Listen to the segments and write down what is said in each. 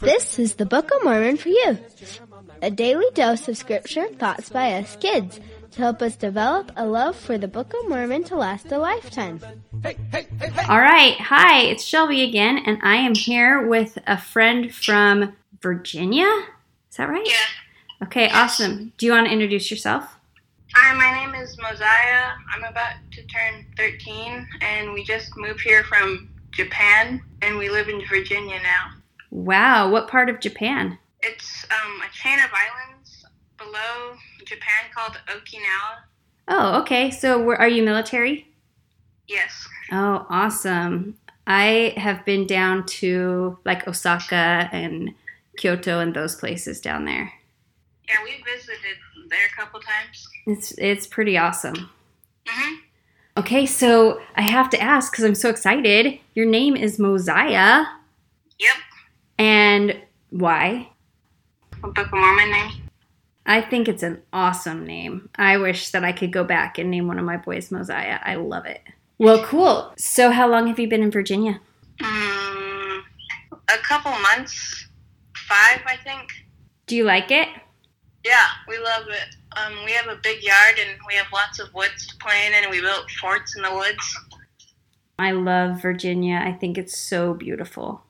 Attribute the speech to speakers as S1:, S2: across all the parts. S1: This is the Book of Mormon for you. A daily dose of scripture and thoughts by us kids to help us develop a love for the Book of Mormon to last a lifetime.
S2: All right. Hi, it's Shelby again, and I am here with a friend from Virginia. Is that right? Yeah. Okay, awesome. Do you want to introduce yourself?
S3: Hi, my name is Mosiah. I'm about to turn 13, and we just moved here from Japan, and we live in Virginia now.
S2: Wow. What part of Japan?
S3: It's um, a chain of islands below Japan called Okinawa.
S2: Oh, okay. So, where, are you military?
S3: Yes.
S2: Oh, awesome. I have been down to like Osaka and Kyoto and those places down there.
S3: Yeah, we visited there a couple times.
S2: It's it's pretty awesome.
S3: hmm
S2: Okay, so I have to ask because I'm so excited. Your name is Mosiah,
S3: Yep.
S2: and why?
S3: A Book of Mormon name.
S2: I think it's an awesome name. I wish that I could go back and name one of my boys Mosiah. I love it. Well, cool. So, how long have you been in Virginia?
S3: Mm, a couple months, five, I think.
S2: Do you like it?
S3: Yeah, we love it. Um, we have a big yard and we have lots of woods to play in, and we built forts in the woods.
S2: I love Virginia. I think it's so beautiful.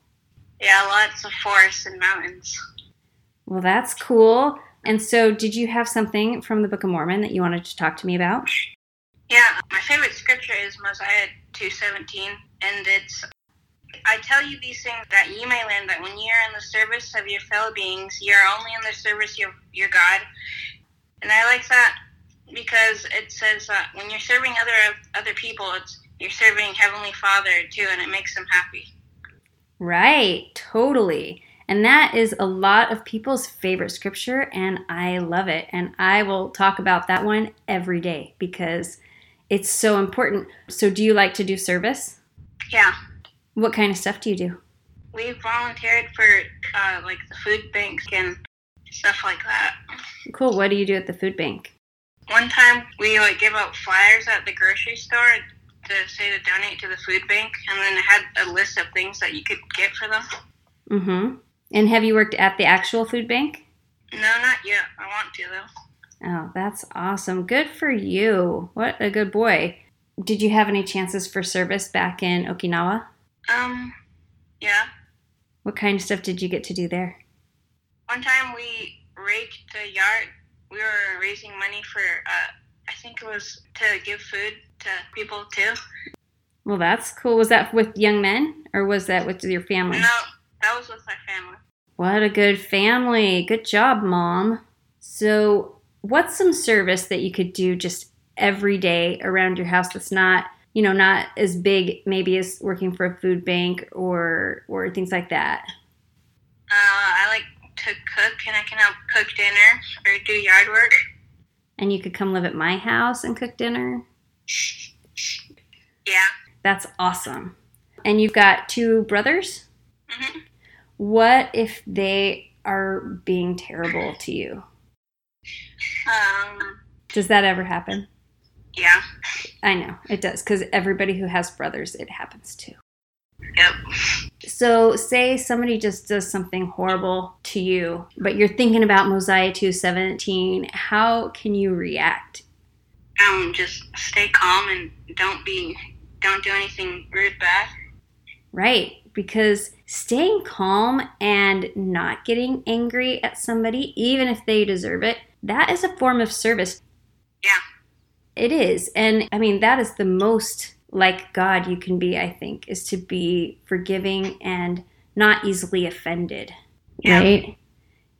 S3: Yeah, lots of forests and mountains.
S2: Well, that's cool. And so, did you have something from the Book of Mormon that you wanted to talk to me about?
S3: Yeah, my favorite scripture is Mosiah 2:17, and it's I tell you these things that ye may learn that when ye are in the service of your fellow beings, ye are only in the service of your God. And I like that because it says that when you're serving other other people, it's you're serving Heavenly Father too, and it makes them happy.
S2: Right, totally. And that is a lot of people's favorite scripture, and I love it. And I will talk about that one every day because it's so important. So, do you like to do service?
S3: Yeah,
S2: What kind of stuff do you do?
S3: we volunteered for uh, like the food banks and stuff like that.
S2: Cool. What do you do at the food bank?
S3: One time we like give out flyers at the grocery store to say to donate to the food bank, and then it had a list of things that you could get for them.
S2: Mm hmm. And have you worked at the actual food bank?
S3: No, not yet. I want to though.
S2: Oh, that's awesome. Good for you. What a good boy. Did you have any chances for service back in Okinawa?
S3: Um, yeah.
S2: What kind of stuff did you get to do there?
S3: One time we raked a yard. We were raising money for uh, I think it was to give food to people too.
S2: Well, that's cool. Was that with young men or was that with your family?
S3: No, that was with my family.
S2: What a good family. Good job, mom. So, what's some service that you could do just every day around your house that's not, you know, not as big maybe as working for a food bank or or things like that?
S3: Uh, I like to cook, and I can help cook dinner or do yard work.
S2: And you could come live at my house and cook dinner.
S3: Yeah.
S2: That's awesome. And you've got two brothers?
S3: Mhm.
S2: What if they are being terrible to you?
S3: Um.
S2: Does that ever happen?
S3: Yeah.
S2: I know it does because everybody who has brothers, it happens to.
S3: Yep.
S2: So, say somebody just does something horrible to you, but you're thinking about Mosiah 217, how can you react?
S3: Um, just stay calm and don't be, don't do anything rude back.
S2: Right? Because staying calm and not getting angry at somebody, even if they deserve it, that is a form of service.
S3: Yeah.
S2: It is. And I mean, that is the most like God you can be, I think, is to be forgiving and not easily offended.
S3: Yeah.
S2: Right?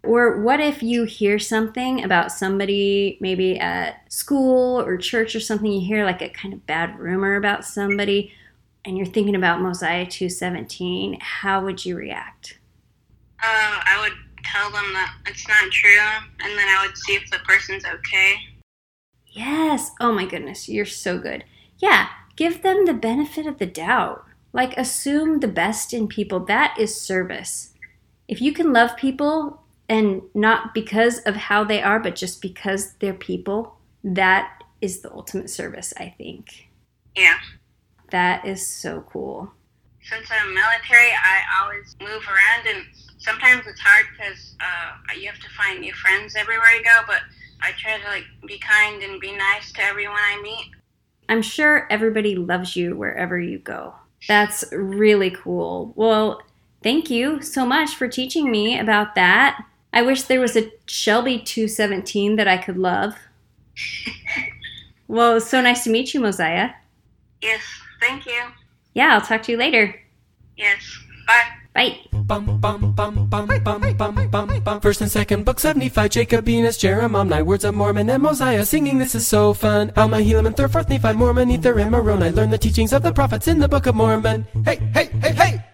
S2: Or what if you hear something about somebody, maybe at school or church or something, you hear like a kind of bad rumor about somebody, and you're thinking about Mosiah 217, how would you react?
S3: Uh, I would tell them that it's not true, and then I would see if the person's okay.
S2: Yes. Oh my goodness. You're so good. Yeah. Give them the benefit of the doubt. Like, assume the best in people. That is service. If you can love people and not because of how they are, but just because they're people, that is the ultimate service, I think.
S3: Yeah.
S2: That is so cool.
S3: since I'm military, I always move around, and sometimes it's hard because uh, you have to find new friends everywhere you go. But I try to like be kind and be nice to everyone I meet.
S2: I'm sure everybody loves you wherever you go. That's really cool. Well, thank you so much for teaching me about that. I wish there was a Shelby 217 that I could love. well, so nice to meet you, Mosiah.
S3: Yes, thank you.
S2: Yeah, I'll talk to you later.
S3: Yes, bye.
S2: Bye.
S4: Bum, bum, bum, bum, bum, bum, bum, bum. First and second books of Nephi, Jacobinus, Jeremiah, Words of Mormon, and Mosiah. Singing, this is so fun. Alma, Helaman, third, fourth, Nephi, Mormon, Ether, and Moroni. Learn the teachings of the prophets in the Book of Mormon. Hey, hey, hey, hey!